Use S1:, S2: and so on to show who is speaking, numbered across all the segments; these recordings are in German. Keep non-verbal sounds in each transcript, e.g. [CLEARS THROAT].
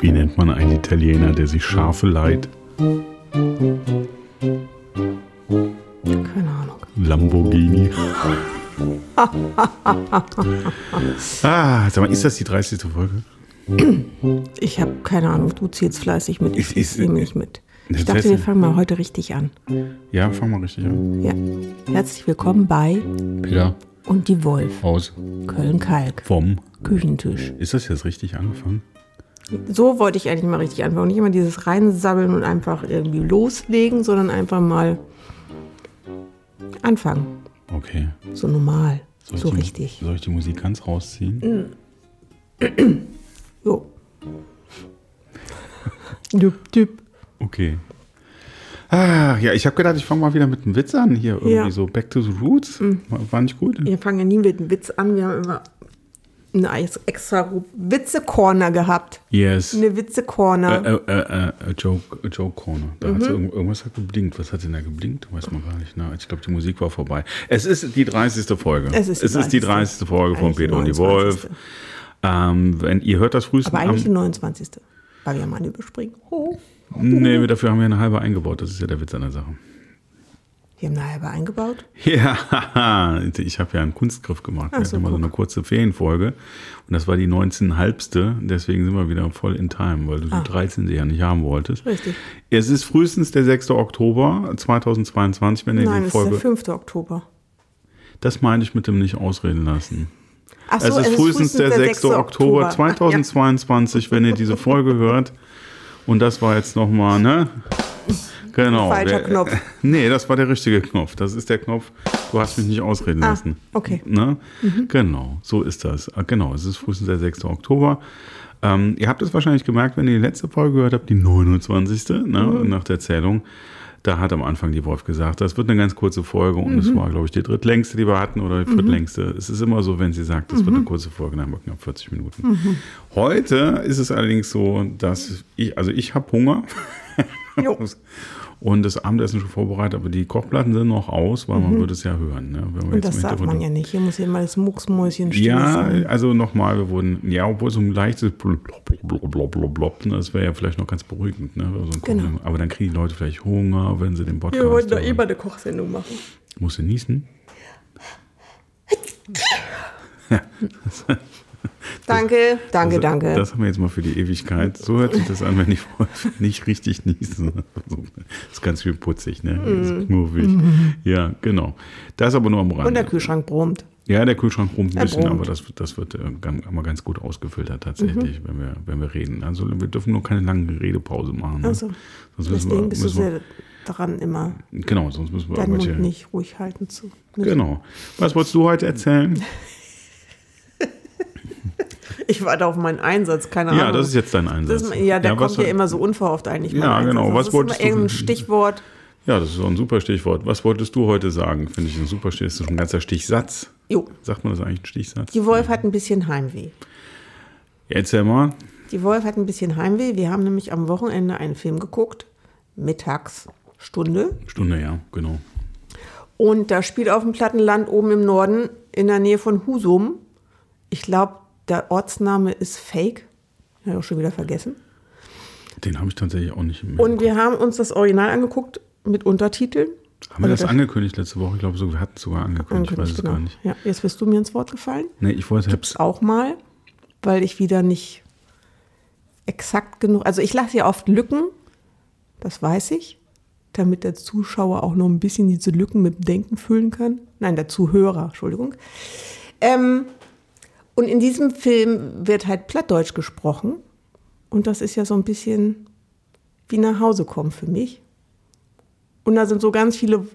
S1: Wie nennt man einen Italiener, der sich Schafe leiht?
S2: Keine Ahnung.
S1: [LAUGHS] Lamborghini. ah, sag mal, ist das die 30. Folge?
S2: Ich habe keine Ahnung. Du zählst fleißig mit.
S1: Ich-
S2: Ich,
S1: ich-
S2: ich zähle nicht mit.
S1: Das
S2: Ich dachte,
S1: heißt-
S2: wir fangen mal heute richtig an.
S1: Ja, fang mal richtig an.
S2: Ja. Herzlich willkommen bei
S1: Peter,
S2: Und die Wolf.
S1: aus.
S2: Köln-Kalk.
S1: Vom.
S2: Küchentisch.
S1: Ist das jetzt richtig angefangen?
S2: So wollte ich eigentlich mal richtig anfangen. Nicht immer dieses Reinsammeln und einfach irgendwie loslegen, sondern einfach mal anfangen.
S1: Okay.
S2: So normal.
S1: Soll ich
S2: So
S1: die-
S2: richtig. Mm.
S1: Soll ich die Musik ganz rausziehen?
S2: Jo. [LAUGHS] Düpp, düpp.
S1: Okay. Ah, ja, ich habe gedacht, ich fange mal wieder mit einem Witz an hier. Irgendwie
S2: Ja.
S1: so Back to the Roots. War war nicht gut?
S2: Wir fangen ja nie mit einem Witz an. Wir haben immer eine extra Witze-Corner gehabt.
S1: Yes.
S2: Eine Witze-Corner.
S1: Äh, äh, äh, äh, Joke, Joke Corner. Da
S2: Mhm.
S1: hat sie irgend- irgendwas hat geblinkt. Was hat denn da geblinkt? Weiß man gar nicht. Ne? Ich glaube, die Musik war vorbei. Es ist die 30. Folge.
S2: Es ist die
S1: 30. Folge von
S2: Eigentlich die
S1: Peter und die
S2: 29..
S1: äh, Wolf. Ähm, wenn, ihr hört das frühestens
S2: Aber eigentlich die
S1: am...
S2: 29. Weil wir mal eine überspringen. Ho.
S1: Nee, dafür haben wir eine halbe eingebaut. Das ist ja der Witz an der Sache.
S2: Wir haben eine halbe eingebaut.
S1: Ja, [LAUGHS] ich habe ja einen Kunstgriff gemacht. Wir
S2: Ach so,
S1: hatten mal so
S2: guck.
S1: eine kurze Ferienfolge. Und das war die 19 halbste. Deswegen sind wir wieder voll in Time, weil du die 13. ja nicht haben wolltest.
S2: Ah. Richtig.
S1: Es ist frühestens der 6. Oktober 2022, wenn ihr
S2: Nein,
S1: die
S2: es ist der
S1: Folge.
S2: 5. Oktober.
S1: Das meine ich mit dem nicht ausreden lassen.
S2: Ach so,
S1: es ist Also frühestens der 6.
S2: Ah,
S1: Oktober 2022, wenn ihr diese Folge hört. Und das war jetzt nochmal, ne? Genau.
S2: Falscher
S1: der,
S2: Knopf.
S1: Nee, das war der richtige Knopf. Das ist der Knopf, du hast mich nicht ausreden
S2: Ah,
S1: lassen.
S2: okay. Mhm.
S1: Ne? Genau, so ist das. Ah, Genau, es ist frühestens der 6. Oktober. Ähm, ihr habt es wahrscheinlich gemerkt, wenn ihr die letzte Folge gehört habt, die 29. Ne,
S2: Mhm.
S1: nach der Zählung. Da hat am Anfang die Wolf gesagt, das wird eine ganz kurze Folge und
S2: Mhm.
S1: es war, glaube ich, die drittlängste, die wir hatten oder die viertlängste. Es ist immer so, wenn sie sagt,
S2: Mhm.
S1: es wird eine kurze Folge, dann haben wir knapp 40 Minuten. Heute ist es allerdings so, dass ich, also ich habe Hunger.
S2: [LAUGHS] Jo.
S1: Und das Abendessen schon vorbereitet, aber die Kochplatten sind noch aus, weil man würde es ja hören. Ne? Wenn wir
S2: Mhm. Und das
S1: im
S2: darf
S1: Hintergrund-
S2: man ja nicht. Hier muss hier mal das Mucksmäuschen stehen.
S1: ja, also nochmal, wir wurden, ja, obwohl so ein leichtes blub, blub, blub, blub, blub, blub, ne, das wäre ja vielleicht noch ganz beruhigend, ne? So ein
S2: Genau.
S1: Kuchen. Aber dann kriegen die Leute vielleicht Hunger, wenn sie den Podcast. hören.
S2: eine Kochsendung machen.
S1: Musst du niesen?
S2: Danke, danke,
S1: das,
S2: danke.
S1: Also, Das haben wir jetzt mal für die Ewigkeit. So hört sich das an, wenn ich
S2: [LAUGHS]
S1: nicht richtig niese. Also, ist ganz viel putzig, ne?
S2: Mhm.
S1: Ist knuffig. Ja, genau. Das aber nur am Rand.
S2: Und der Kühlschrank brummt.
S1: Ja, der Kühlschrank brummt ein
S2: Er
S1: bisschen,
S2: brummt. Mhm.
S1: aber das, das wird äh, gan- immer ganz gut ausgefiltert tatsächlich, wenn, wir, wenn wir reden. Also wir dürfen nur keine lange Redepause machen. Ne?
S2: Ach so.
S1: Sonst müssen wir,
S2: Also, Deswegen bist du
S1: müssen wir,
S2: sehr daran, immer
S1: genau, sonst müssen wir
S2: deinen
S1: irgendwelche...
S2: Mund nicht ruhig halten zu.
S1: Genau. Was wolltest du heute erzählen?
S2: Ich warte auf meinen Einsatz, keine Ahnung.
S1: ja, das ist jetzt dein
S2: Ah. Das
S1: Einsatz.
S2: ist, ja, der
S1: was-
S2: kommt ja immer so unverhofft eigentlich. mein
S1: Ja,
S2: Einsatz.
S1: genau.
S2: Das
S1: Was
S2: ist
S1: wolltest
S2: immer
S1: du-
S2: irgendein Stichwort.
S1: Ja, das ist so ein super Stichwort. Was wolltest du heute sagen? Finde ich ein super Stichwort. Das ist ein ganzer Stichsatz.
S2: Jo,
S1: Sagt man das eigentlich, ein Stichsatz?
S2: die Wolf hat ein bisschen Heimweh.
S1: Erzähl mal.
S2: Die Wolf hat ein bisschen Heimweh. Wir haben nämlich am Wochenende einen Film geguckt, Mittagsstunde.
S1: Stunde, ja, genau.
S2: Und da spielt auf dem Plattenland oben im Norden, in der Nähe von Husum. Ich glaube, der Ortsname ist Fake. Habe ich auch schon wieder vergessen.
S1: Den habe ich tatsächlich auch nicht im
S2: Und wir haben uns das Original angeguckt mit Untertiteln.
S1: Haben wir das
S2: Oder
S1: angekündigt letzte Woche? Ich glaube, so, wir hatten es sogar angekündigt. Ich weiß es
S2: Genau.
S1: gar nicht.
S2: Ja, jetzt bist du mir ins Wort gefallen.
S1: Nee, ich wollte
S2: Gibt's auch mal, weil ich wieder nicht exakt genug. Also ich lasse ja oft Lücken, das weiß ich, damit der Zuschauer auch noch ein bisschen diese Lücken mit dem Denken füllen kann. Nein, der Zuhörer, Entschuldigung. Ähm, und in diesem Film wird halt Plattdeutsch gesprochen. Und das ist ja so ein bisschen wie nach Hause kommen für mich. Und da sind so ganz viele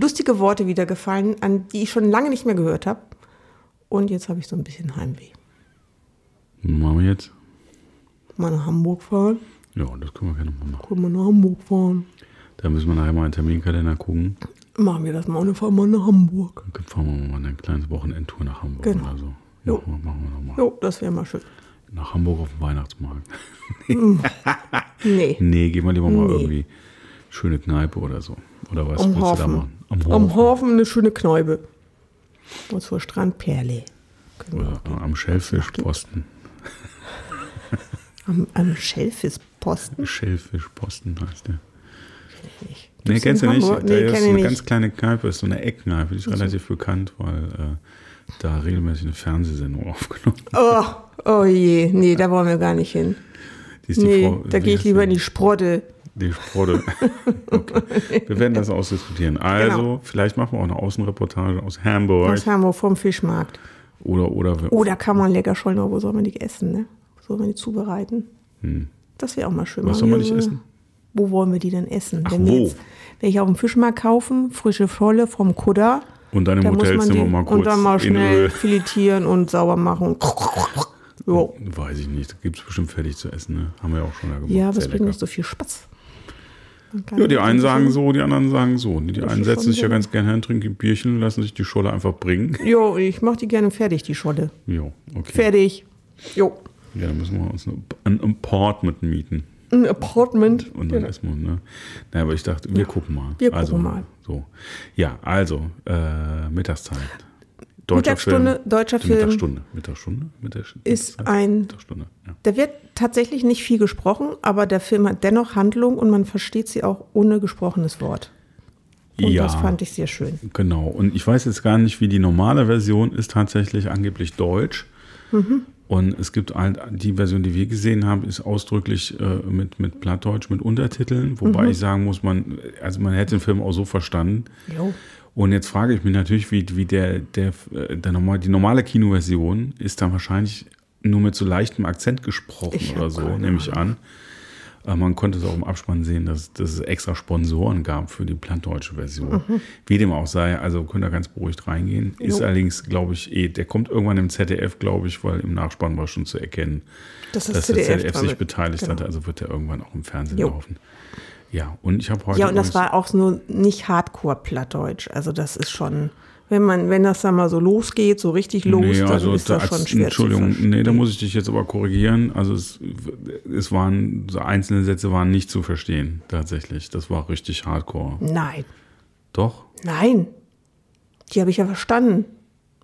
S2: lustige Worte wieder gefallen, an die ich schon lange nicht mehr gehört habe. Und jetzt habe ich so ein bisschen Heimweh.
S1: Machen wir jetzt?
S2: Mal nach Hamburg fahren.
S1: Ja, das können wir gerne mal machen.
S2: Können wir nach Hamburg fahren.
S1: Da müssen wir nachher mal einen Terminkalender gucken.
S2: Machen wir das mal und dann fahren wir nach Hamburg.
S1: Dann fahren wir mal eine kleine Wochenendtour nach Hamburg
S2: Genau.
S1: oder so.
S2: Jo.
S1: Machen wir, machen wir nochmal.
S2: Jo, das wäre mal schön.
S1: Nach Hamburg auf den Weihnachtsmarkt. [LAUGHS]
S2: Nee.
S1: nee, gehen wir lieber mal
S2: Nee.
S1: irgendwie schöne Kneipe oder so. Oder was
S2: Am
S1: willst du da
S2: Hafen.
S1: machen?
S2: Am Hafen eine schöne Kneipe. Und zur Strandperle. Genau.
S1: Oder am Schellfischposten.
S2: Am, am Schellfischposten?
S1: Schellfischposten heißt der.
S2: Nicht.
S1: Nee,
S2: Gibt's
S1: kennst du
S2: in
S1: nicht?
S2: Hamburg?
S1: da
S2: Nee,
S1: ist
S2: kenn
S1: eine
S2: ich
S1: ganz
S2: nicht.
S1: kleine Kneipe, ist so eine Eckkneipe, die ist relativ bekannt, weil äh, da regelmäßig eine Fernsehsendung [LAUGHS] aufgenommen wird.
S2: Oh, oh je, nee, da wollen wir gar nicht hin.
S1: Die ist die
S2: Nee,
S1: Frau-
S2: da
S1: wie
S2: gehe ich
S1: heißt
S2: lieber
S1: die?
S2: in die Sprotte.
S1: Die
S2: [LAUGHS]
S1: Sprotte. okay. Wir werden das ausdiskutieren. Also,
S2: Genau.
S1: vielleicht machen wir auch eine Außenreportage aus Hamburg.
S2: Was haben wir vom Fischmarkt?
S1: Oder, oder, wir-
S2: Oder kann man lecker schon, aber wo soll man die essen, ne? Wo soll man die zubereiten?
S1: Hm.
S2: Das wäre auch mal schön.
S1: Was
S2: Mal
S1: soll man
S2: hier
S1: nicht
S2: so-
S1: essen?
S2: Wo wollen wir die denn essen?
S1: Ach,
S2: wenn wir
S1: wo?
S2: jetzt welche auf dem Fischmarkt kaufen, frische Scholle vom Kudder,
S1: Und dann im
S2: da muss man die
S1: Hotelzimmer mal kurz
S2: und dann mal
S1: in
S2: schnell
S1: Öl.
S2: filetieren und sauber machen. Jo.
S1: Weiß ich nicht. Gibt es bestimmt fertig zu essen, ne? Haben wir auch schon da gemacht.
S2: Ja, aber
S1: Sehr
S2: es bringt
S1: lecker.
S2: nicht so viel Spaß. Man kann
S1: Ja, die einen sagen
S2: so.
S1: so, die anderen sagen so. Die, die
S2: Das
S1: einen
S2: ist
S1: setzen
S2: schon
S1: sich ja
S2: so.
S1: ganz gerne hin, trinken ein Bierchen und lassen sich die Scholle einfach bringen.
S2: Jo, ich mache die gerne fertig, die Scholle.
S1: Jo, okay.
S2: Fertig. Jo.
S1: Ja, dann müssen wir uns ein- ein Apartment mieten.
S2: Ein Apartment.
S1: Und dann essen wir, ne? Naja, aber ich dachte, wir gucken mal.
S2: Genau. wir
S1: also,
S2: gucken mal.
S1: So. Ja, also, äh, Mittagszeit. Deutscher
S2: Mittagsstunde,
S1: Film.
S2: deutscher
S1: Die
S2: Film.
S1: Mittagsstunde. Mittagsstunde? Mittags
S2: Ist
S1: Mittagszeit?
S2: ein-
S1: Mittagsstunde, ja.
S2: Da wird tatsächlich nicht viel gesprochen, aber der Film hat dennoch Handlung und man versteht sie auch ohne gesprochenes Wort. Und
S1: Ja.
S2: das fand ich sehr schön.
S1: Genau. Und ich weiß jetzt gar nicht, wie die normale Version ist tatsächlich angeblich deutsch. Und es gibt halt die Version, die wir gesehen haben, ist ausdrücklich äh, mit, mit Plattdeutsch, mit Untertiteln. Wobei ich sagen muss, man, also man hätte den Film auch so verstanden.
S2: Jo.
S1: Und jetzt frage ich mich natürlich, wie, wie der, der, äh, der normal, die normale Kinoversion ist dann wahrscheinlich nur mit so leichtem Akzent gesprochen
S2: Ich hab
S1: oder so,
S2: keine
S1: nehme ich an. Äh, Man konnte es auch im Abspann sehen, dass, dass es extra Sponsoren gab für die plattdeutsche Version. Wie dem auch sei, also könnt ihr ganz beruhigt reingehen. Ist
S2: Mhm. Jo.
S1: allerdings, glaube ich, eh, der kommt irgendwann im ZDF, glaube ich, weil im Nachspann war schon zu erkennen,
S2: Das ist
S1: dass der
S2: ZDF
S1: ZDF
S2: dran
S1: sich
S2: mit-
S1: beteiligt
S2: genau.
S1: hatte. Also wird der irgendwann auch im Fernsehen
S2: Jo.
S1: laufen. Ja, und ich habe heute.
S2: Ja, und das
S1: übrigens-
S2: war auch nur nicht Hardcore-Plattdeutsch. Also das ist schon, wenn man, wenn das dann mal so losgeht, so richtig los,
S1: Nee,
S2: dann
S1: also
S2: ist
S1: da
S2: das
S1: als-
S2: schon schwer
S1: Entschuldigung,
S2: zu verstehen.
S1: nee, da muss ich dich jetzt aber korrigieren. Also es, es waren, so einzelne Sätze waren nicht zu verstehen, tatsächlich. Das war richtig hardcore.
S2: Nein,
S1: Doch?
S2: nein. Die habe ich ja verstanden.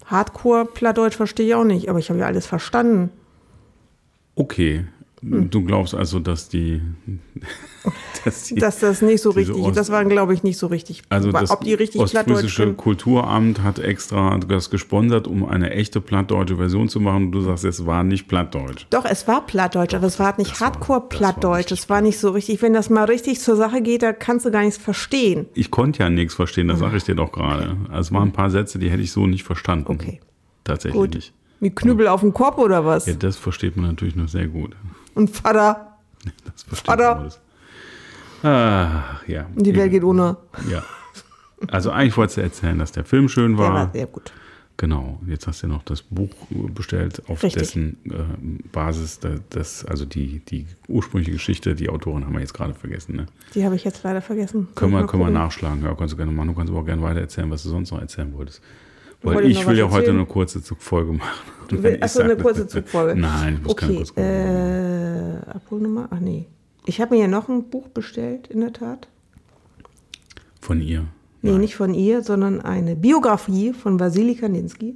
S2: Hardcore-Plattdeutsch verstehe ich auch nicht, aber ich habe ja alles verstanden.
S1: Okay. Du glaubst also, dass die, [LAUGHS] dass die
S2: dass das nicht so
S1: diese
S2: richtig,
S1: Ost-
S2: das waren glaube ich nicht so richtig,
S1: also das
S2: ob die richtig plattdeutsch
S1: ostfriesische
S2: können.
S1: Kulturamt hat extra das gesponsert, um eine echte plattdeutsche Version zu machen. Und du sagst, es war nicht plattdeutsch.
S2: Doch, es war plattdeutsch, aber es war halt nicht
S1: das war-
S2: Hardcore-Plattdeutsch,
S1: das
S2: es war nicht so richtig, wenn das mal richtig zur Sache geht, da kannst du gar nichts verstehen.
S1: Ich konnte ja nichts verstehen, das sage ich dir doch gerade. Also es waren ein paar Sätze, die hätte ich so nicht verstanden.
S2: Okay.
S1: Tatsächlich
S2: Gut.
S1: nicht.
S2: Mit Knüppel auf dem Korb oder was?
S1: Ja, das versteht man natürlich noch sehr gut. [LAUGHS]
S2: Und Vater,
S1: Das versteht
S2: Vater.
S1: man alles. Ach, ja.
S2: und die Welt geht ohne.
S1: Ja. Also eigentlich wolltest du erzählen, dass der Film schön
S2: Der
S1: war.
S2: war sehr gut.
S1: Genau. Jetzt hast du noch das Buch bestellt, auf
S2: Richtig.
S1: dessen äh, Basis, da- das, also die, die ursprüngliche Geschichte, die Autorin haben wir jetzt gerade vergessen. Ne?
S2: Die habe ich jetzt leider vergessen.
S1: Können,
S2: Soll
S1: wir,
S2: ich
S1: können wir
S2: mal
S1: nachschlagen. Ja, kannst du gerne machen. Du kannst aber auch gerne weiter erzählen, was du sonst noch erzählen wolltest. Weil
S2: Wollte ich
S1: ich
S2: noch
S1: will
S2: was
S1: ja heute
S2: erzählen?
S1: eine kurze Zugfolge machen. Und [LAUGHS] wenn
S2: gucken.
S1: ich
S2: Achso, eine
S1: sage-
S2: kurze Zugfolge.
S1: Nein, ich muss keine
S2: okay,
S1: kurze Folge machen.
S2: äh, Abholnummer? Ach nee. Ich habe mir ja noch ein Buch bestellt, in der Tat.
S1: Von ihr.
S2: Nee, nicht von ihr, sondern eine Biografie von Vasili Kandinsky.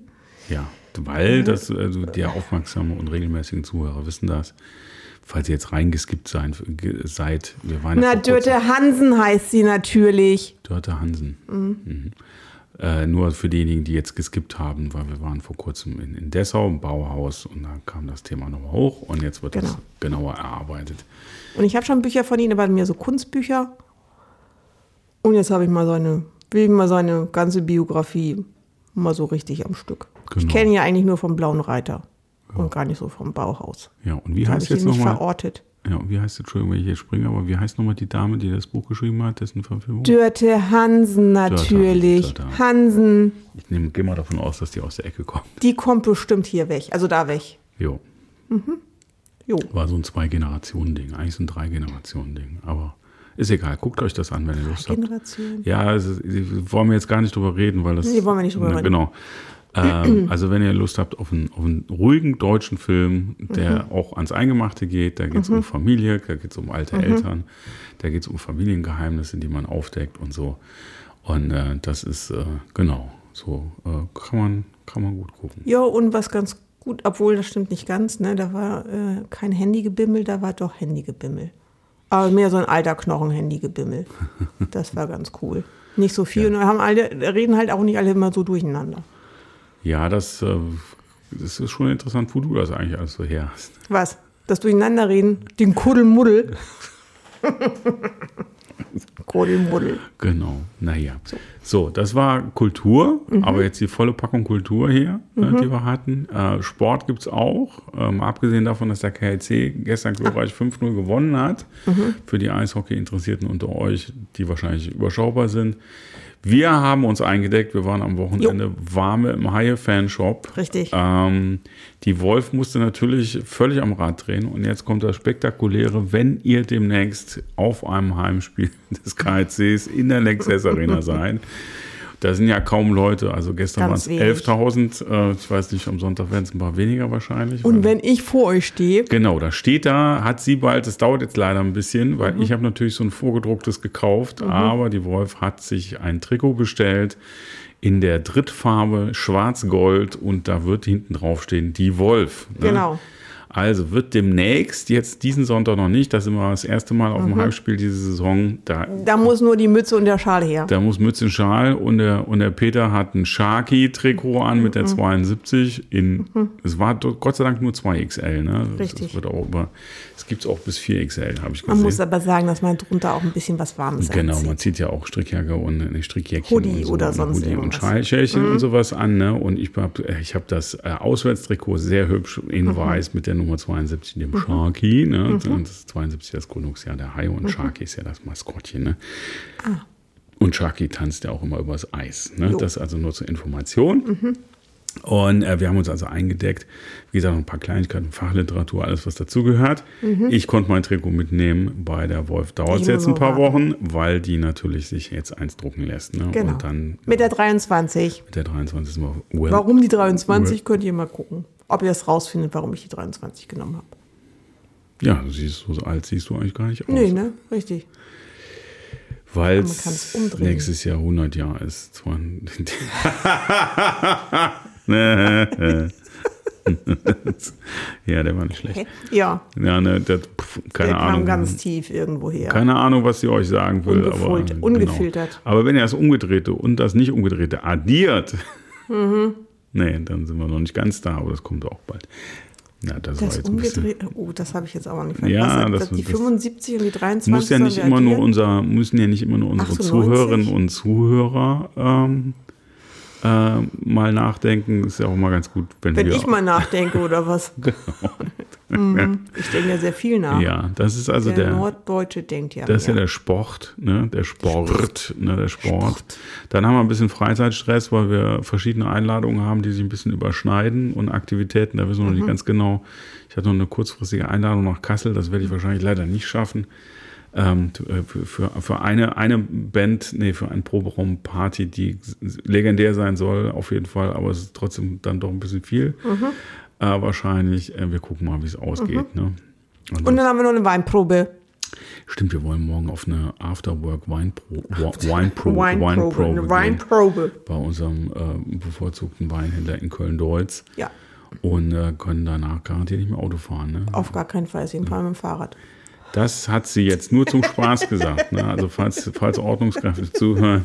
S1: Ja,
S2: Mhm.
S1: weil das, also die aufmerksamen und regelmäßigen Zuhörer wissen das. Falls ihr jetzt reingeskippt sein, ge- seid, wir waren
S2: Na,
S1: ja vor kurzem-
S2: Dörte Hansen heißt sie natürlich.
S1: Dörte Hansen. Mhm. Äh, nur für diejenigen, die jetzt geskippt haben, weil wir waren vor kurzem in, in Dessau im Bauhaus und da kam das Thema nochmal hoch und jetzt wird das
S2: Genau.
S1: genauer erarbeitet.
S2: Und ich habe schon Bücher von ihnen, aber mir so Kunstbücher. Und jetzt habe ich mal seine, will ich mal seine ganze Biografie mal so richtig am Stück. Ich
S1: Genau.
S2: kenne ihn ja eigentlich nur vom Blauen Reiter und gar nicht so vom Bauhaus.
S1: Ja, und wie
S2: Da habe
S1: heißt
S2: ich ihn
S1: jetzt
S2: nicht
S1: nochmal?
S2: verortet.
S1: Ja, und wie heißt, Entschuldigung, wenn ich hier springe, aber wie heißt nochmal die Dame, die das Buch geschrieben hat, dessen Verfilmung?
S2: Dörte Hansen natürlich.
S1: Dörte
S2: Hansen,
S1: Ich nehme, gehe mal davon aus, dass die aus der Ecke kommt.
S2: die kommt bestimmt hier weg, also da weg.
S1: Jo.
S2: Jo.
S1: War so ein Zwei-Generationen-Ding. Eigentlich so ein Drei-Generationen-Ding. Aber ist egal. Guckt euch das an, wenn ihr Lust habt.
S2: Generation.
S1: Ja, also, wollen wir jetzt gar nicht drüber reden, weil das.
S2: Nee, wollen wir nicht drüber
S1: Na,
S2: reden.
S1: Genau.
S2: [CLEARS THROAT]
S1: Ähm, also wenn ihr Lust habt auf einen, auf einen ruhigen deutschen Film, der
S2: Mhm.
S1: auch ans Eingemachte geht, da geht es um Familie, da geht es um
S2: Mhm.
S1: alte Eltern, da geht es um Familiengeheimnisse, die man aufdeckt und so. Und äh, das ist, äh, genau, so äh, kann, man, kann man gut gucken.
S2: Ja, und was ganz gut, obwohl das stimmt nicht ganz, ne? Da war äh, kein Handygebimmel, da war doch Handygebimmel. Aber mehr so ein
S1: [LAUGHS]
S2: alter Knochen-Handygebimmel. Das war ganz cool. Nicht so viel. Und haben alle, reden halt auch nicht alle immer so durcheinander.
S1: Ja, das, äh, das ist schon interessant, wo du das eigentlich alles so her hast.
S2: Was? Das Durcheinanderreden? Den
S1: [LAUGHS]
S2: Kuddelmuddel? Kuddelmuddel.
S1: Genau, naja. So. so, das war Kultur, aber jetzt die volle Packung Kultur hier, ne, die wir hatten. Äh, Sport gibt es auch, ähm, abgesehen davon, dass der KLC gestern glorreich 5-0 gewonnen hat. Für die Eishockey-Interessierten unter euch, die wahrscheinlich überschaubar sind. Wir haben uns eingedeckt, wir waren am Wochenende warme im Haie-Fanshop.
S2: Richtig.
S1: Ähm, die Wolf musste natürlich völlig am Rad drehen und jetzt kommt das Spektakuläre, wenn ihr demnächst auf einem Heimspiel [LAUGHS] des KCs in der Lexus
S2: [LAUGHS]
S1: Arena seid. Da sind ja kaum Leute, also gestern waren es
S2: Ganz wenig.
S1: 11.000, äh, ich weiß nicht, am Sonntag werden es ein paar weniger wahrscheinlich.
S2: Und wenn ich vor euch stehe,
S1: Genau, da steht da, hat sie bald, das dauert jetzt leider ein bisschen, weil ich habe natürlich so ein vorgedrucktes gekauft, aber die Wolf hat sich ein Trikot bestellt in der Drittfarbe Schwarz-Gold und da wird hinten drauf stehen, die Wolf. ne?
S2: Genau.
S1: Also wird demnächst, jetzt diesen Sonntag noch nicht, das ist immer das erste Mal auf dem Heimspiel diese Saison, da,
S2: da muss nur die Mütze und der Schal her.
S1: da muss Mütze und Schal und der, und der Peter hat ein Sharky-Trikot an mit der
S2: Mhm.
S1: 72 in, es war do- Gott sei Dank nur 2XL, ne? Das- Das
S2: Richtig.
S1: wird auch über, es gibt's auch bis 4XL, habe ich
S2: Man muss
S1: gesehen.
S2: aber sagen, dass man drunter auch ein bisschen was Warmes
S1: Genau,
S2: anzieht.
S1: man zieht ja auch Strickjacke und eine Strickjäckchen
S2: Hoodie
S1: und so,
S2: oder
S1: und
S2: sonst
S1: Hoodie und
S2: irgendwas. Mhm.
S1: Schalschälchen und sowas an, ne? Und ich habe ich hab das äh, Auswärtstrikot sehr hübsch in
S2: Mhm.
S1: weiß mit der Nummer 72, dem Sharky, ne? Und das 72 das Gründungsjahr der Haie
S2: Mhm.
S1: und Sharky ist ja das Maskottchen, ne?
S2: Ah.
S1: Und Sharky tanzt ja auch immer übers Eis. Ne? Das also nur zur Information.
S2: Mhm.
S1: Und äh, wir haben uns also eingedeckt. Wie gesagt, noch ein paar Kleinigkeiten, Fachliteratur, alles, was dazugehört.
S2: Mhm.
S1: Ich konnte mein Trikot mitnehmen. Bei der Wolf dauert es
S2: Ich
S1: jetzt ein
S2: muss
S1: paar
S2: noch warten.
S1: Wochen, weil die natürlich sich jetzt eins drucken lässt. Ne?
S2: Genau.
S1: Und dann
S2: Mit der 23.
S1: mit der 23. Mal well,
S2: Warum die 23? Könnt ihr mal gucken. Ob ihr das rausfindet, warum ich die 23 genommen habe.
S1: Ja, du siehst, so alt siehst du eigentlich gar nicht aus.
S2: Nee, ne? Richtig.
S1: Weil
S2: man
S1: es
S2: kann's umdrehen.
S1: nächstes Jahr 100 Jahre ist. Zwar- [LAUGHS] ja, der war nicht schlecht.
S2: Ja,
S1: Ja, ne, der, pf, keine
S2: der
S1: Ahnung.
S2: kam ganz tief irgendwo her.
S1: keine Ahnung, was sie euch sagen will. Aber, genau.
S2: Ungefolt- ungefiltert.
S1: Aber wenn ihr das Umgedrehte und das nicht Umgedrehte addiert,
S2: Mhm.
S1: nee, dann sind wir noch nicht ganz da, aber das kommt auch bald. Na, das, war
S2: das
S1: jetzt ein bisschen.
S2: umgedreht. Oh, das habe ich jetzt aber nicht
S1: Ja,
S2: verstanden.
S1: das-
S2: die
S1: das-
S2: 75 und die 23
S1: Muss ja
S2: sollen
S1: nicht
S2: wir
S1: immer nur
S2: addieren?
S1: unser, müssen ja nicht immer nur unsere
S2: Ach so, 90?
S1: Zuhörerinnen und Zuhörer ähm, äh, mal nachdenken. Ist ja auch mal ganz gut, wenn,
S2: Wenn
S1: wir.
S2: ich mal nachdenke
S1: [LAUGHS]
S2: oder was. [LAUGHS] Mhm. Ich denke ja sehr viel nach.
S1: Genau. ja, das ist also
S2: der,
S1: der,
S2: Norddeutsche denkt ja.
S1: Das ist ja
S2: mehr.
S1: der Sport, ne? Der Sport, ne? Der Sport. Dann haben wir ein bisschen Freizeitstress, weil wir verschiedene Einladungen haben, die sich ein bisschen überschneiden und Aktivitäten, da wissen wir noch nicht ganz genau. Ich hatte noch eine kurzfristige Einladung nach Kassel, das werde ich wahrscheinlich leider nicht schaffen. Ähm, t- äh, für, für- für eine, eine Band, nee, für einen Proberaum-Party, die s- s- legendär sein soll, auf jeden Fall, aber es ist trotzdem dann doch ein bisschen viel. Äh, wahrscheinlich, äh, wir gucken mal, wie es ausgeht. Ne?
S2: Und dann haben wir noch eine Weinprobe.
S1: Stimmt, wir wollen morgen auf eine Afterwork Weinpro, Weinpro,
S2: Weinprobe.
S1: Weinprobe
S2: eine
S1: gehen.
S2: Weinprobe.
S1: bei unserem äh, bevorzugten Weinhändler in Köln-Deutz
S2: Ja,
S1: und äh, können danach garantiert nicht mehr Auto fahren. Ne?
S2: auf gar keinen Fall. Sie fahren mit dem Fahrrad.
S1: Das hat sie jetzt nur zum
S2: [LAUGHS]
S1: Spaß gesagt. Ne? Also falls, falls Ordnungskräfte zuhören,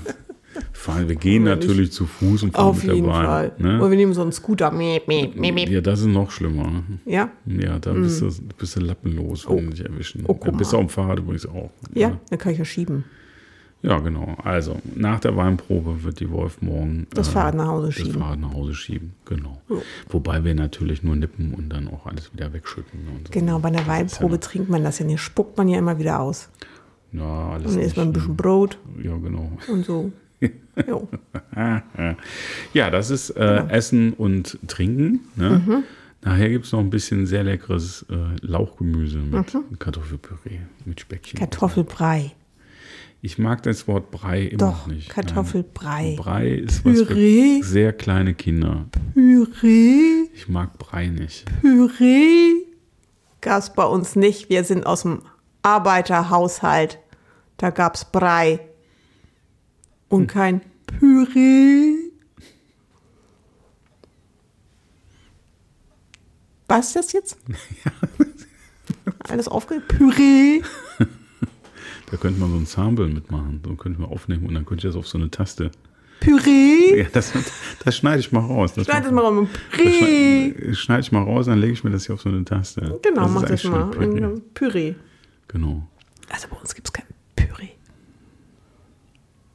S1: fahren, wir gehen natürlich zu Fuß und fahren
S2: Auf
S1: mit der
S2: jeden
S1: Bahn.
S2: Fall. Und
S1: Ne?
S2: wir nehmen so einen Scooter. Miep, miep, miep, miep.
S1: Ja, das ist noch schlimmer.
S2: Ja?
S1: Ja, da bist, du, bist du lappenlos, wenn die dich erwischen.
S2: Mhm. Oh, guck
S1: Ja, bist du
S2: mal.
S1: auf dem Fahrrad übrigens auch. ne?
S2: ja, dann kann ich ja schieben.
S1: Ja, genau. Also, nach der Weinprobe wird die Wolf morgen äh,
S2: Das Fahrrad nach Hause
S1: das
S2: schieben.
S1: Fahrrad nach Hause schieben. Genau.
S2: Ja.
S1: Wobei wir natürlich nur nippen und dann auch alles wieder wegschütten. Und so.
S2: Genau, bei einer Weinprobe trinkt man das ja nicht. Spuckt man ja immer wieder aus.
S1: Ja, alles
S2: Und dann isst
S1: nicht.
S2: man ein bisschen Brot
S1: Ja, genau. [LAUGHS]
S2: und so. Jo.
S1: Ja, das ist äh,
S2: Genau.
S1: Essen und Trinken. Ne?
S2: Mhm.
S1: Nachher gibt es noch ein bisschen sehr leckeres
S2: Mhm.
S1: äh, Lauchgemüse mit Kartoffelpüree, mit Speckchen.
S2: Kartoffelbrei.
S1: Ich mag das Wort Brei immer
S2: Doch,
S1: nicht.
S2: Kartoffelbrei.
S1: Nein. Brei ist was
S2: Püree.
S1: für sehr kleine Kinder.
S2: Püree.
S1: Ich mag Brei nicht.
S2: Püree. Gab's bei uns nicht. Wir sind aus dem Arbeiterhaushalt. Da gab's
S1: Hm.
S2: Brei. Und kein Püree. Was ist
S1: [LAUGHS]
S2: das jetzt? Alles aufge... Püree.
S1: Da könnte man so ein Sample mitmachen. So könnten wir aufnehmen und dann könnte ich das auf so eine Taste. [LAUGHS]
S2: Püree.
S1: Ja, das, das schneide ich mal raus. Das
S2: Schneid
S1: mach-
S2: es mal rum.
S1: das
S2: Püree.
S1: schneid- schneide ich mal raus, dann lege ich mir das hier auf so eine Taste.
S2: Genau,
S1: ist
S2: mach das
S1: eigentlich
S2: mal. Mhm.
S1: schon Püree.
S2: Püree. Püree.
S1: Genau.
S2: Also bei uns gibt's kein Püree.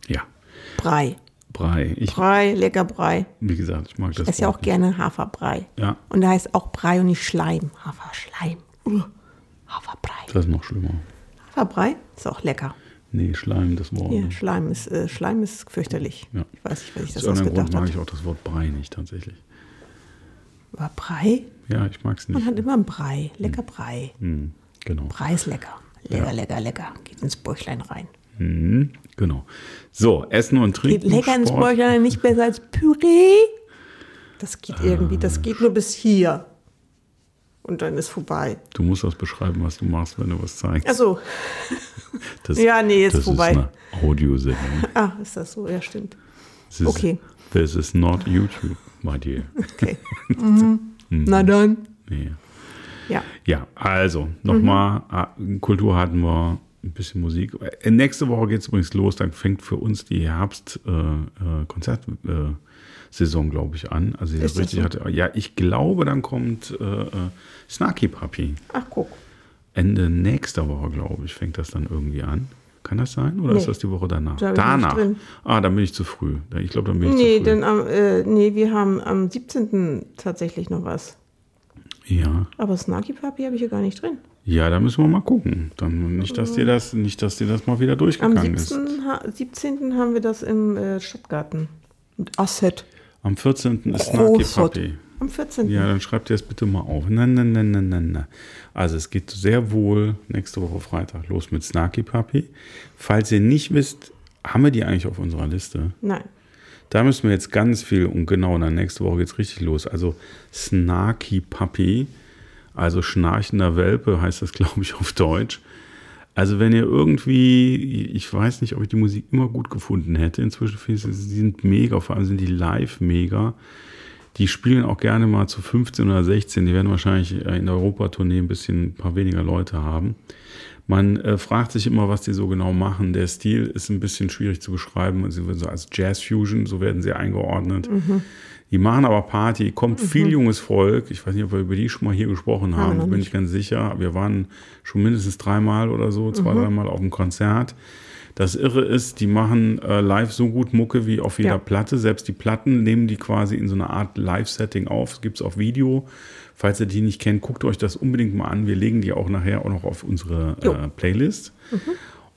S1: Ja.
S2: Brei.
S1: Brei. Ich,
S2: Brei, lecker Brei.
S1: wie gesagt, ich mag das.
S2: Esse ja
S1: Wort
S2: auch gerne Haferbrei.
S1: Ja.
S2: Und da heißt auch Brei und nicht Schleim. Haferschleim. Uh, Haferbrei.
S1: nicht. Das ist noch schlimmer.
S2: Haferbrei ist auch lecker.
S1: Nee, Schleim, das Wort.
S2: Hier,
S1: ne?
S2: Schleim ist, äh, Schleim ist fürchterlich.
S1: Ja.
S2: Ich weiß nicht, was ich das
S1: Aus irgendeinem Grund
S2: ausgedacht
S1: mag ich
S2: habe.
S1: auch das Wort Brei nicht tatsächlich.
S2: Aber Brei,
S1: Ja, ich mag es
S2: man
S1: nicht.
S2: hat immer einen Brei. Lecker Brei.
S1: Hm, genau.
S2: Brei ist lecker. Lecker, lecker, lecker. Geht ins Bäuchlein rein.
S1: Hm, genau. So, Essen und
S2: Geht
S1: Trinken.
S2: lecker ins
S1: Sport.
S2: Bäuchlein, nicht besser als Püree. Das geht irgendwie, das geht nur bis hier. Und dann ist vorbei.
S1: Du musst das beschreiben, was du machst, wenn du was zeigst.
S2: Also, [LAUGHS]
S1: Das,
S2: ja, nee, jetzt
S1: das
S2: vorbei.
S1: ist eine Audiosendung.
S2: ah, ist das so? Ja, stimmt.
S1: This is-
S2: Okay.
S1: This is not YouTube, my dear.
S2: Okay. mhm. Na dann.
S1: Nee.
S2: Ja.
S1: Ja, also nochmal,
S2: Mhm.
S1: äh, Kultur hatten wir, ein bisschen Musik. Äh, Nächste Woche geht es übrigens los, dann fängt für uns die Herbst-Konzertsaison, äh, Saison, glaube ich, an. Also
S2: Ist das
S1: richtig
S2: so?
S1: hatte, ja, ich glaube, dann kommt äh, äh, Snarky Puppy.
S2: Ach, guck.
S1: Ende nächster Woche, glaube ich, fängt das dann irgendwie an. Kann das sein? Oder
S2: Nee.
S1: ist das die Woche danach?
S2: Da bin ich
S1: danach.
S2: nicht drin.
S1: Ah, dann bin ich zu früh. Da- Ich glaube, dann bin ich
S2: Nee,
S1: zu früh.
S2: denn am, äh, nee, wir haben am 17. tatsächlich noch was.
S1: Ja.
S2: Aber Snarky Puppy habe ich hier gar nicht drin.
S1: Ja, da müssen wir mal gucken. Dann nicht, dass dir das, nicht, dass dir das mal wieder
S2: Am
S1: durchgegangen ist.
S2: 17. Ha 17. haben wir das im äh, Stadtgarten. Mit Asset.
S1: Am 14.
S2: Oh,
S1: ist Snarky
S2: Großhot.
S1: Puppy.
S2: Am 14.
S1: Ja, dann schreibt ihr es bitte mal auf. Na, na, na, na, na, na. Also es geht sehr wohl nächste Woche Freitag los mit Snarky Puppy. Falls ihr nicht wisst, haben wir die eigentlich auf unserer Liste?
S2: Nein.
S1: Da müssen wir jetzt ganz viel und genau, und dann nächste Woche geht's richtig los. Also Snarky Puppy, also schnarchender Welpe heißt das, [LAUGHS] glaube ich, auf Deutsch. Also wenn ihr irgendwie, ich weiß nicht, ob ich die Musik immer gut gefunden hätte. Inzwischen finde ich, sie sie sind mega, vor allem sind die live mega. Die spielen auch gerne mal zu 15 oder 16. Die werden wahrscheinlich äh, in der Europatournee ein bisschen ein paar weniger Leute haben. Man äh, fragt sich immer, was die so genau machen. Der Stil ist ein bisschen schwierig zu beschreiben. Sie werden so als Jazz Fusion, so werden sie eingeordnet.
S2: Mhm.
S1: Die machen aber Party, kommt viel junges Volk. Ich weiß nicht, ob wir über die schon mal hier gesprochen
S2: wir
S1: haben,
S2: noch
S1: bin
S2: nicht.
S1: ich ganz sicher. Wir waren schon mindestens dreimal oder so, zwei,
S2: Mhm.
S1: dreimal auf dem Konzert. Das Irre ist, die machen äh, live so gut Mucke wie auf jeder
S2: Ja.
S1: Platte. Selbst die Platten nehmen die quasi in so einer Art Live-Setting auf. Gibt es auf Video. Falls ihr die nicht kennt, guckt euch das unbedingt mal an. Wir legen die auch nachher auch noch auf unsere
S2: Jo. Mhm.
S1: äh, Playlist.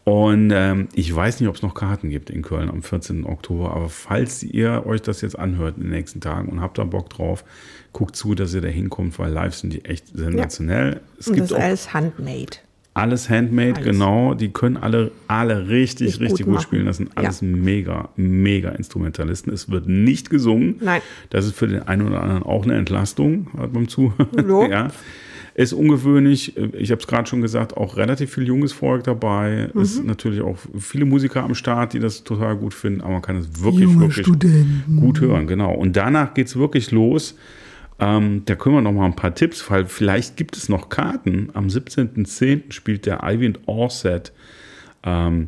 S1: Und ähm, ich weiß nicht, ob es noch Karten gibt in Köln am 14. Oktober, aber falls ihr euch das jetzt anhört in den nächsten Tagen und habt da Bock drauf, guckt zu, dass ihr da hinkommt, weil live sind die echt sensationell. Es
S2: Und
S1: gibt
S2: das ist
S1: auch
S2: alles handmade.
S1: alles handmade,
S2: Alles.
S1: genau. Die können alle, alle richtig,
S2: Sich gut
S1: richtig gut,
S2: machen.
S1: spielen. Das sind
S2: Ja.
S1: alles mega, mega Instrumentalisten. Es wird nicht gesungen.
S2: Nein.
S1: Das ist für den einen oder anderen auch eine Entlastung halt beim [LAUGHS] Zuhören.
S2: Jo.
S1: ja. Ist ungewöhnlich. Ich habe es gerade schon gesagt, auch relativ viel junges Volk dabei.
S2: Mhm.
S1: Ist natürlich auch viele Musiker am Start, die das total gut finden. Aber man kann es wirklich, wirklich gut hören. Genau. Und danach geht es wirklich los. Ähm, da können wir noch mal ein paar Tipps, weil vielleicht gibt es noch Karten. Am 17.10. spielt der Ivan Orset. Ähm,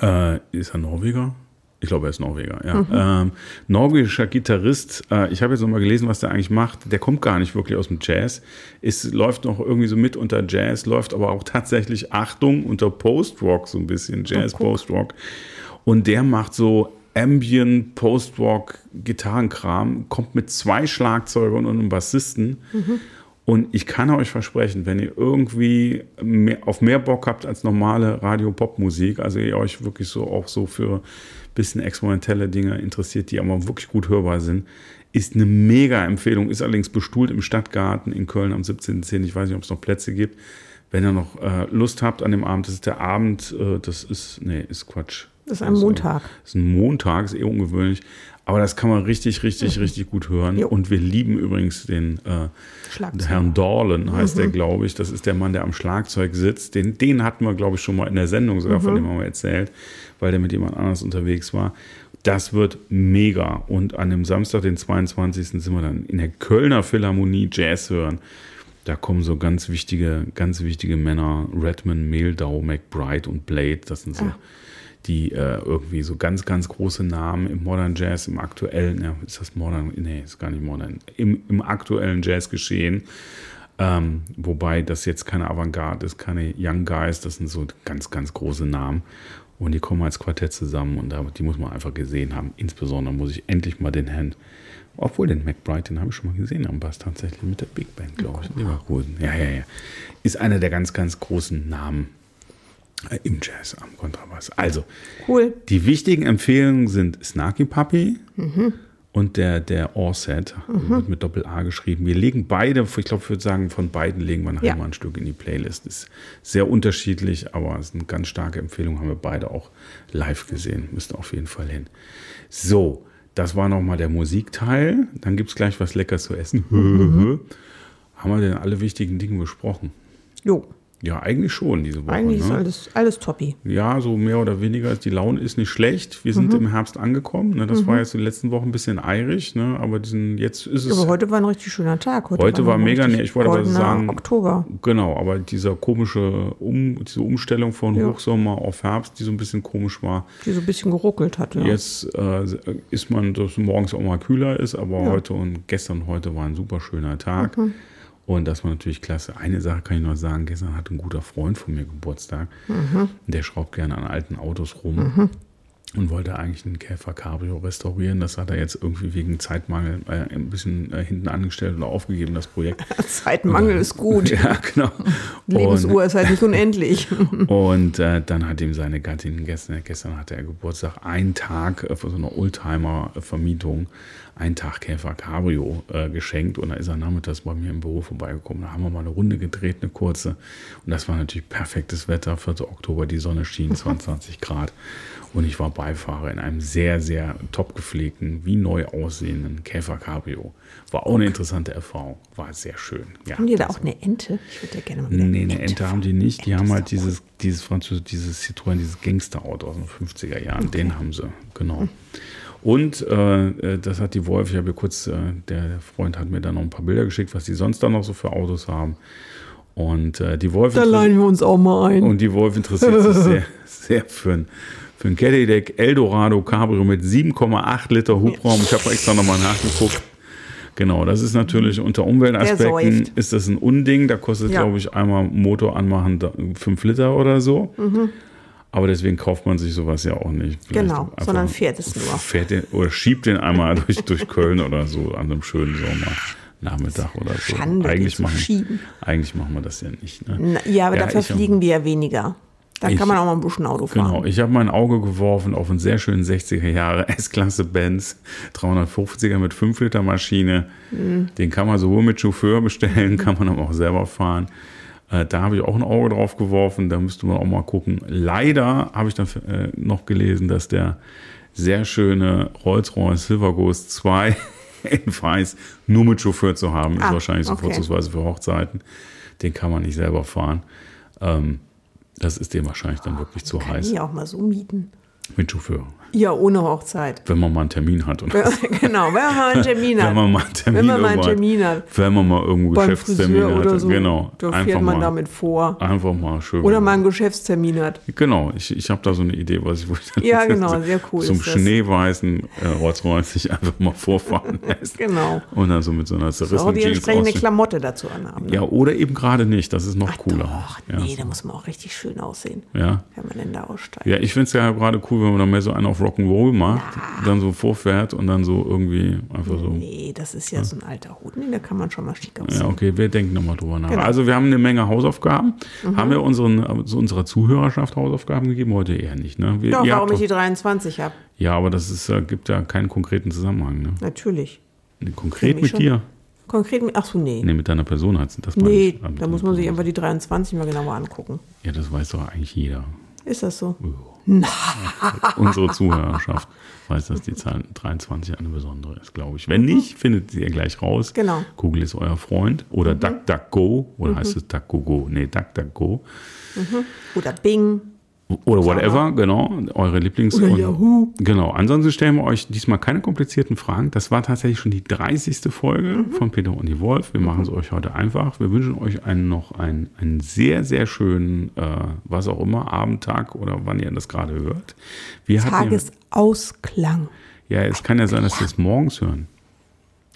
S1: äh, ist er Norweger? Ich glaube, er ist Norweger, ja. Ähm, norwegischer Gitarrist. Äh, ich habe jetzt noch mal gelesen, was der eigentlich macht. Der kommt gar nicht wirklich aus dem Jazz. Ist, läuft noch irgendwie so mit unter Jazz, läuft aber auch tatsächlich, Achtung, unter Post-Rock so ein bisschen. Jazz, Post-Rock. Und der macht so Ambient, Post-Rock, Gitarrenkram, kommt mit zwei Schlagzeugern und einem Bassisten. Und ich kann euch versprechen, wenn ihr irgendwie mehr, auf mehr Bock habt als normale Radio-Pop-Musik, also ihr euch wirklich so auch so für ein bisschen experimentelle Dinge interessiert, die aber wirklich gut hörbar sind, ist eine mega Empfehlung. Ist allerdings bestuhlt im Stadtgarten in Köln am 17.10. Ich weiß nicht, ob es noch Plätze gibt. Wenn ihr noch äh, Lust habt an dem Abend, das ist der Abend, äh, das ist, nee, ist Quatsch.
S2: Das ist ein Montag.
S1: Das ist ein Montag, ist eher ungewöhnlich. Aber das kann man richtig,
S2: [LAUGHS]
S1: richtig, richtig gut hören.
S2: Jo.
S1: Und wir lieben übrigens den äh,
S2: Schlagzeuger.
S1: Herrn Dorlen, heißt der, glaube ich. Das ist der Mann, der am Schlagzeug sitzt. Den, den hatten wir, glaube ich, schon mal in der Sendung sogar, von dem haben wir erzählt, weil der mit jemand anders unterwegs war. Das wird mega. Und an dem Samstag, den 22. sind wir dann in der Kölner Philharmonie Jazz hören. Da kommen so ganz wichtige, ganz wichtige Männer, Redman, Mehldau, McBride und Blade. Das sind so die äh, irgendwie so ganz, ganz große Namen im Modern Jazz, im aktuellen, ja, ist das Modern? Nee, ist gar nicht Modern. Im, im aktuellen Jazz geschehen. Ähm, wobei das jetzt keine Avantgarde ist, keine Young Guys, das sind so ganz, ganz große Namen. Und die kommen als Quartett zusammen und da, die muss man einfach gesehen haben. Insbesondere muss ich endlich mal den Herrn, obwohl den McBride, den habe ich schon mal gesehen am Bass tatsächlich mit der Big Band, glaube ich, in Leverkusen. Ja, ja, ja. Ist einer der ganz, ganz großen Namen äh, im Jazz am Kontrabass. Also,
S2: Cool.
S1: die wichtigen Empfehlungen sind Snarky Puppy und der, der Orset, wird mit Doppel-A geschrieben. Wir legen beide, ich glaube, ich würde sagen, von beiden legen wir nachher
S2: Ja.
S1: mal ein Stück in die Playlist. Ist sehr unterschiedlich, aber es ist eine ganz starke Empfehlung, haben wir beide auch live gesehen. Müsste auf jeden Fall hin. So, das war nochmal der Musikteil. Dann gibt es gleich was Leckeres zu essen. [LAUGHS]
S2: Mhm.
S1: Haben wir denn alle wichtigen Dinge besprochen?
S2: Jo,
S1: Ja, eigentlich schon diese Woche.
S2: eigentlich
S1: ne?
S2: ist alles, alles toppi.
S1: ja, so mehr oder weniger ist die Laune ist nicht schlecht. Wir sind im Herbst angekommen. Ne? Das war jetzt in den letzten Wochen ein bisschen eirig, ne? aber diesen, jetzt ist es.
S2: Aber heute war ein richtig schöner Tag.
S1: Heute war
S2: ein
S1: mega,
S2: richtig
S1: nee, ich wollte aber
S2: goldener
S1: sagen-
S2: Oktober.
S1: Genau, aber dieser komische um, diese Umstellung von
S2: Ja.
S1: Hochsommer auf Herbst, die so ein bisschen komisch war.
S2: die so ein bisschen geruckelt hat. Ja.
S1: Jetzt äh, ist man, dass morgens auch mal kühler ist, aber heute und gestern und heute war ein super schöner Tag. Und das war natürlich klasse. Eine Sache kann ich noch sagen: gestern hat ein guter Freund von mir Geburtstag.
S2: Mhm.
S1: Der schraubt gerne an alten Autos rum und wollte eigentlich einen Käfer Cabrio restaurieren. Das hat er jetzt irgendwie wegen Zeitmangel äh, ein bisschen äh, hinten angestellt oder aufgegeben, das Projekt.
S2: [LAUGHS]
S1: [LAUGHS]
S2: Zeitmangel ist gut.
S1: ja, genau. Und-
S2: Lebensuhr ist
S1: [LAUGHS]
S2: halt nicht unendlich.
S1: und äh, dann hat ihm seine Gattin gestern, gestern hatte er Geburtstag, einen Tag äh, für so eine Oldtimer-Vermietung, einen Tag Käfer Cabrio äh, geschenkt. Und da ist er nachmittags bei mir im Büro vorbeigekommen. Da haben wir mal eine Runde gedreht, eine kurze. Und das war natürlich perfektes Wetter, 4. Oktober, die Sonne schien,
S2: [LAUGHS]
S1: 22 Grad. Und ich war Beifahrer in einem sehr, sehr top gepflegten, wie neu aussehenden Käfer Cabrio. War auch eine interessante Erfahrung. War sehr schön. Ja,
S2: Haben die da
S1: das-
S2: auch eine Ente? Ich würde ja gerne mal wieder
S1: Nee, eine Ente haben die nicht. Die haben
S2: ist
S1: halt dieses, dieses Französ, dieses Citroën, dieses Gangsterauto aus den 50er Jahren. Den haben sie,
S2: Hm.
S1: genau. Und äh, äh, das hat die Wolf, ich habe ihr kurz, äh, der Freund hat mir dann noch ein paar Bilder geschickt, was die sonst dann noch so für Autos haben. Und äh, die Wolf.
S2: Da leihen wir uns auch mal ein.
S1: Und die Wolf interessiert sich
S2: [LAUGHS]
S1: sehr, sehr für ein, für ein Cadillac Eldorado Cabrio mit 7,8 Liter Hubraum. Ich habe extra nochmal nachgeguckt. Genau, das ist natürlich unter
S2: Der
S1: Umweltaspekten
S2: säuft.
S1: ist das ein Unding. Da kostet,
S2: Ja.
S1: glaube ich, einmal Motor anmachen 5 Liter oder so. Aber deswegen kauft man sich sowas ja auch nicht. Vielleicht
S2: Mhm. Genau,
S1: einfach-
S2: sondern fährt es nur.
S1: Fährt den, oder schiebt den einmal [LAUGHS] durch, durch Köln oder so an einem schönen Sommer. Nachmittag oder so.
S2: Schande, den
S1: eigentlich,
S2: zu
S1: machen,
S2: schieben.
S1: eigentlich machen wir das ja nicht. Ne?
S2: Na, ja, aber dafür
S1: ich-
S2: fliegen wir ja weniger. Da
S1: Ich-
S2: kann man auch mal ein bisschen Auto fahren.
S1: Genau, ich habe mein Auge geworfen auf einen sehr schönen 60er Jahre S-Klasse Benz 350er mit 5 Liter Maschine.
S2: Mhm.
S1: Den kann man sowohl mit Chauffeur bestellen, kann man aber auch selber fahren. Äh, Da habe ich auch ein Auge drauf geworfen, da müsste man auch mal gucken. Leider habe ich dann äh, noch gelesen, dass der sehr schöne Rolls-Royce Silver Ghost 2 [LAUGHS] in Weiß nur mit Chauffeur zu haben ist,
S2: Ah,
S1: wahrscheinlich so
S2: okay.
S1: vorzugsweise für Hochzeiten. Den kann man nicht selber fahren. Ähm, das ist dem wahrscheinlich dann wirklich zu
S2: Kann
S1: heiß.
S2: ich auch mal so mieten.
S1: Mit Chauffeur.
S2: Ja, ohne [LAUGHS] Hochzeit.
S1: Wenn man mal einen Termin hat. Und
S2: genau, wenn man mal einen Termin
S1: wenn
S2: hat.
S1: man mal einen Termin,
S2: Wenn man mal einen
S1: irgendwann-
S2: Termin hat.
S1: Wenn man mal irgendwo
S2: Beim
S1: Geschäftstermin
S2: Friseur
S1: hat.
S2: oder so.
S1: genau.
S2: Da fährt
S1: Einfach
S2: man
S1: mal,
S2: damit vor.
S1: Einfach mal schön.
S2: Oder mal einen Geschäftstermin hat.
S1: Genau, ich, ich habe da so eine Idee, was ich, wo ich dann [LAUGHS]
S2: Ja, genau, sehr cool
S1: zum
S2: ist das.
S1: schneeweißen äh, Rolls-Royce sich einfach mal vorfahren
S2: [LAUGHS]
S1: lässt.
S2: Genau.
S1: Und dann so mit so einer
S2: Aber
S1: zerrissenen
S2: die
S1: Jeans
S2: entsprechende
S1: aussehen.
S2: Klamotte dazu anhaben. ne?
S1: Ja, oder eben gerade nicht, das ist noch cooler.
S2: Ach,
S1: ja.
S2: nee, da muss man auch richtig schön aussehen,
S1: ja.
S2: wenn man denn da aussteigt.
S1: Ja, ich find's ja gerade cool, wenn man dann mehr so einen auf Rock'n'Roll macht, dann so vorfährt und dann so irgendwie einfach so.
S2: Nee, das ist ja so ein alter Hut. Nee, da kann man schon mal schick aussehen.
S1: Ja, okay, wir denken nochmal drüber nach.
S2: Genau. Mhm.
S1: Also wir haben eine Menge Hausaufgaben. Haben wir unseren, zu unserer Zuhörerschaft Hausaufgaben gegeben? Heute eher nicht. Ne? Wir,
S2: Doch,
S1: ihr
S2: warum ich
S1: habt
S2: die 23 habe.
S1: doch- ja, aber das ist, äh, gibt ja keinen konkreten Zusammenhang. Ne?
S2: Natürlich.
S1: Konkret
S2: Für mich
S1: mit
S2: schon.
S1: dir.
S2: Konkret, mit- ach so, nee.
S1: Nee, mit deiner Person hat das meine
S2: Nee,
S1: ich. Ah, mit
S2: da
S1: deiner
S2: muss man sich
S1: Person.
S2: einfach die 23 mal genauer angucken.
S1: Ja, das weiß doch eigentlich jeder. [LAUGHS]
S2: Ist das so?
S1: Unsere Zuhörerschaft weiß, dass die Zahl 23 eine besondere ist, glaube ich. Wenn nicht, findet ihr gleich raus.
S2: Mhm. Genau. Mhm.
S1: Google ist euer Freund. Oder DuckDuckGo. Oder heißt es DuckGoGo? Nee, DuckDuckGo.
S2: Oder Bing.
S1: Oder whatever, genau. Eure Lieblings-
S2: Oder
S1: und-
S2: Yahoo.
S1: Genau. Ansonsten stellen wir euch diesmal keine komplizierten Fragen. Das war tatsächlich schon die 30. Folge
S2: Mhm.
S1: von Peter und die Wolf. Wir machen es euch heute einfach. Wir wünschen euch einen noch einen, einen sehr, sehr schönen, äh, was auch immer, Abend, Tag oder wann ihr das gerade hört. Wir hatten ja-
S2: Tagesausklang.
S1: ja, es kann ja sein, dass wir es morgens hören.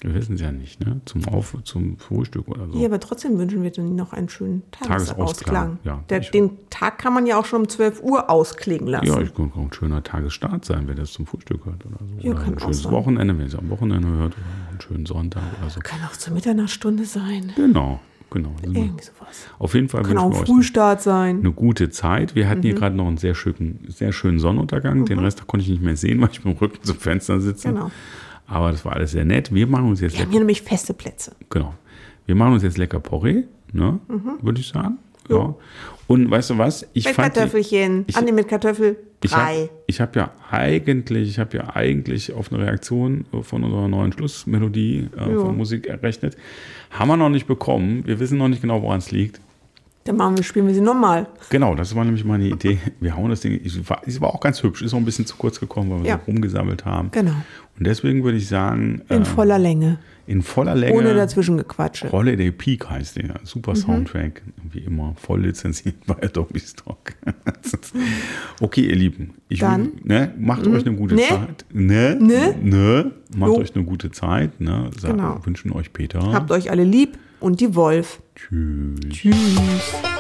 S1: Wir wissen es ja nicht, ne? Zum, Auf zum Frühstück oder so.
S2: Ja, aber trotzdem wünschen wir dir noch einen schönen Tagesausklang.
S1: Tagesausklang, ja.
S2: Der,
S1: Ich-
S2: den Tag kann man ja auch schon um 12 Uhr ausklingen lassen.
S1: Ja, ich kann auch ein schöner Tagesstart sein, wenn ihr das zum Frühstück hört oder so.
S2: Ja,
S1: oder
S2: kann
S1: ein
S2: auch
S1: schönes
S2: sein.
S1: Wochenende, wenn ihr es am Wochenende hört, oder einen schönen Sonntag oder so.
S2: Kann auch zur Mitternachtstunde sein.
S1: Genau, genau. Das ist mal-
S2: Irgendwie sowas.
S1: Auf jeden Fall
S2: Kann auch Mhm.
S1: wünschen
S2: ein
S1: wir euch
S2: Frühstart sein.
S1: eine gute Zeit. Wir hatten hier gerade noch einen sehr schönen, sehr schönen Sonnenuntergang. Den Rest konnte ich nicht mehr sehen, weil ich mit dem Rücken zum Fenster sitze.
S2: Mhm. Genau.
S1: Aber das war alles sehr nett. Wir machen uns jetzt
S2: Wir haben
S1: lecker,
S2: hier nämlich feste Plätze.
S1: genau. Wir machen uns jetzt lecker Porree, ne?
S2: Mhm.
S1: Würde ich sagen. Ja. Und weißt du was? Ich
S2: Mit
S1: fand die-
S2: Kartoffelchen.
S1: ich-
S2: Anne mit Kartoffel.
S1: Ich habe
S2: Drei.
S1: hab ja eigentlich, ich habe ja eigentlich auf eine Reaktion von unserer neuen Schlussmelodie äh, von Musik errechnet. Haben wir noch nicht bekommen. Wir wissen noch nicht genau, woran es liegt.
S2: Dann machen wir, spielen wir sie nochmal.
S1: Genau, das war nämlich meine
S2: [LAUGHS]
S1: Idee. Wir hauen das Ding. Es war, es war auch ganz hübsch. Ist noch ein bisschen zu kurz gekommen, weil wir
S2: Ja.
S1: so rumgesammelt haben.
S2: Genau.
S1: Und deswegen würde ich sagen,
S2: In
S1: äh,
S2: voller Länge.
S1: in voller Länge.
S2: Ohne dazwischengequatsche.
S1: Rolle der Peak heißt der. Super
S2: Mhm.
S1: Soundtrack. Wie immer, voll lizenziert bei Adobe Stock. [LAUGHS] okay, ihr Lieben. Ich
S2: Dann?
S1: Will, ne, macht euch eine gute
S2: Ne?
S1: Zeit. Ne?
S2: Ne?
S1: Ne? Macht
S2: Jo.
S1: euch eine gute Zeit. Ne? Sagen,
S2: Genau.
S1: Wünschen euch Peter.
S2: Habt euch alle lieb und die Wolf.
S1: Tschüss.
S2: Tschüss.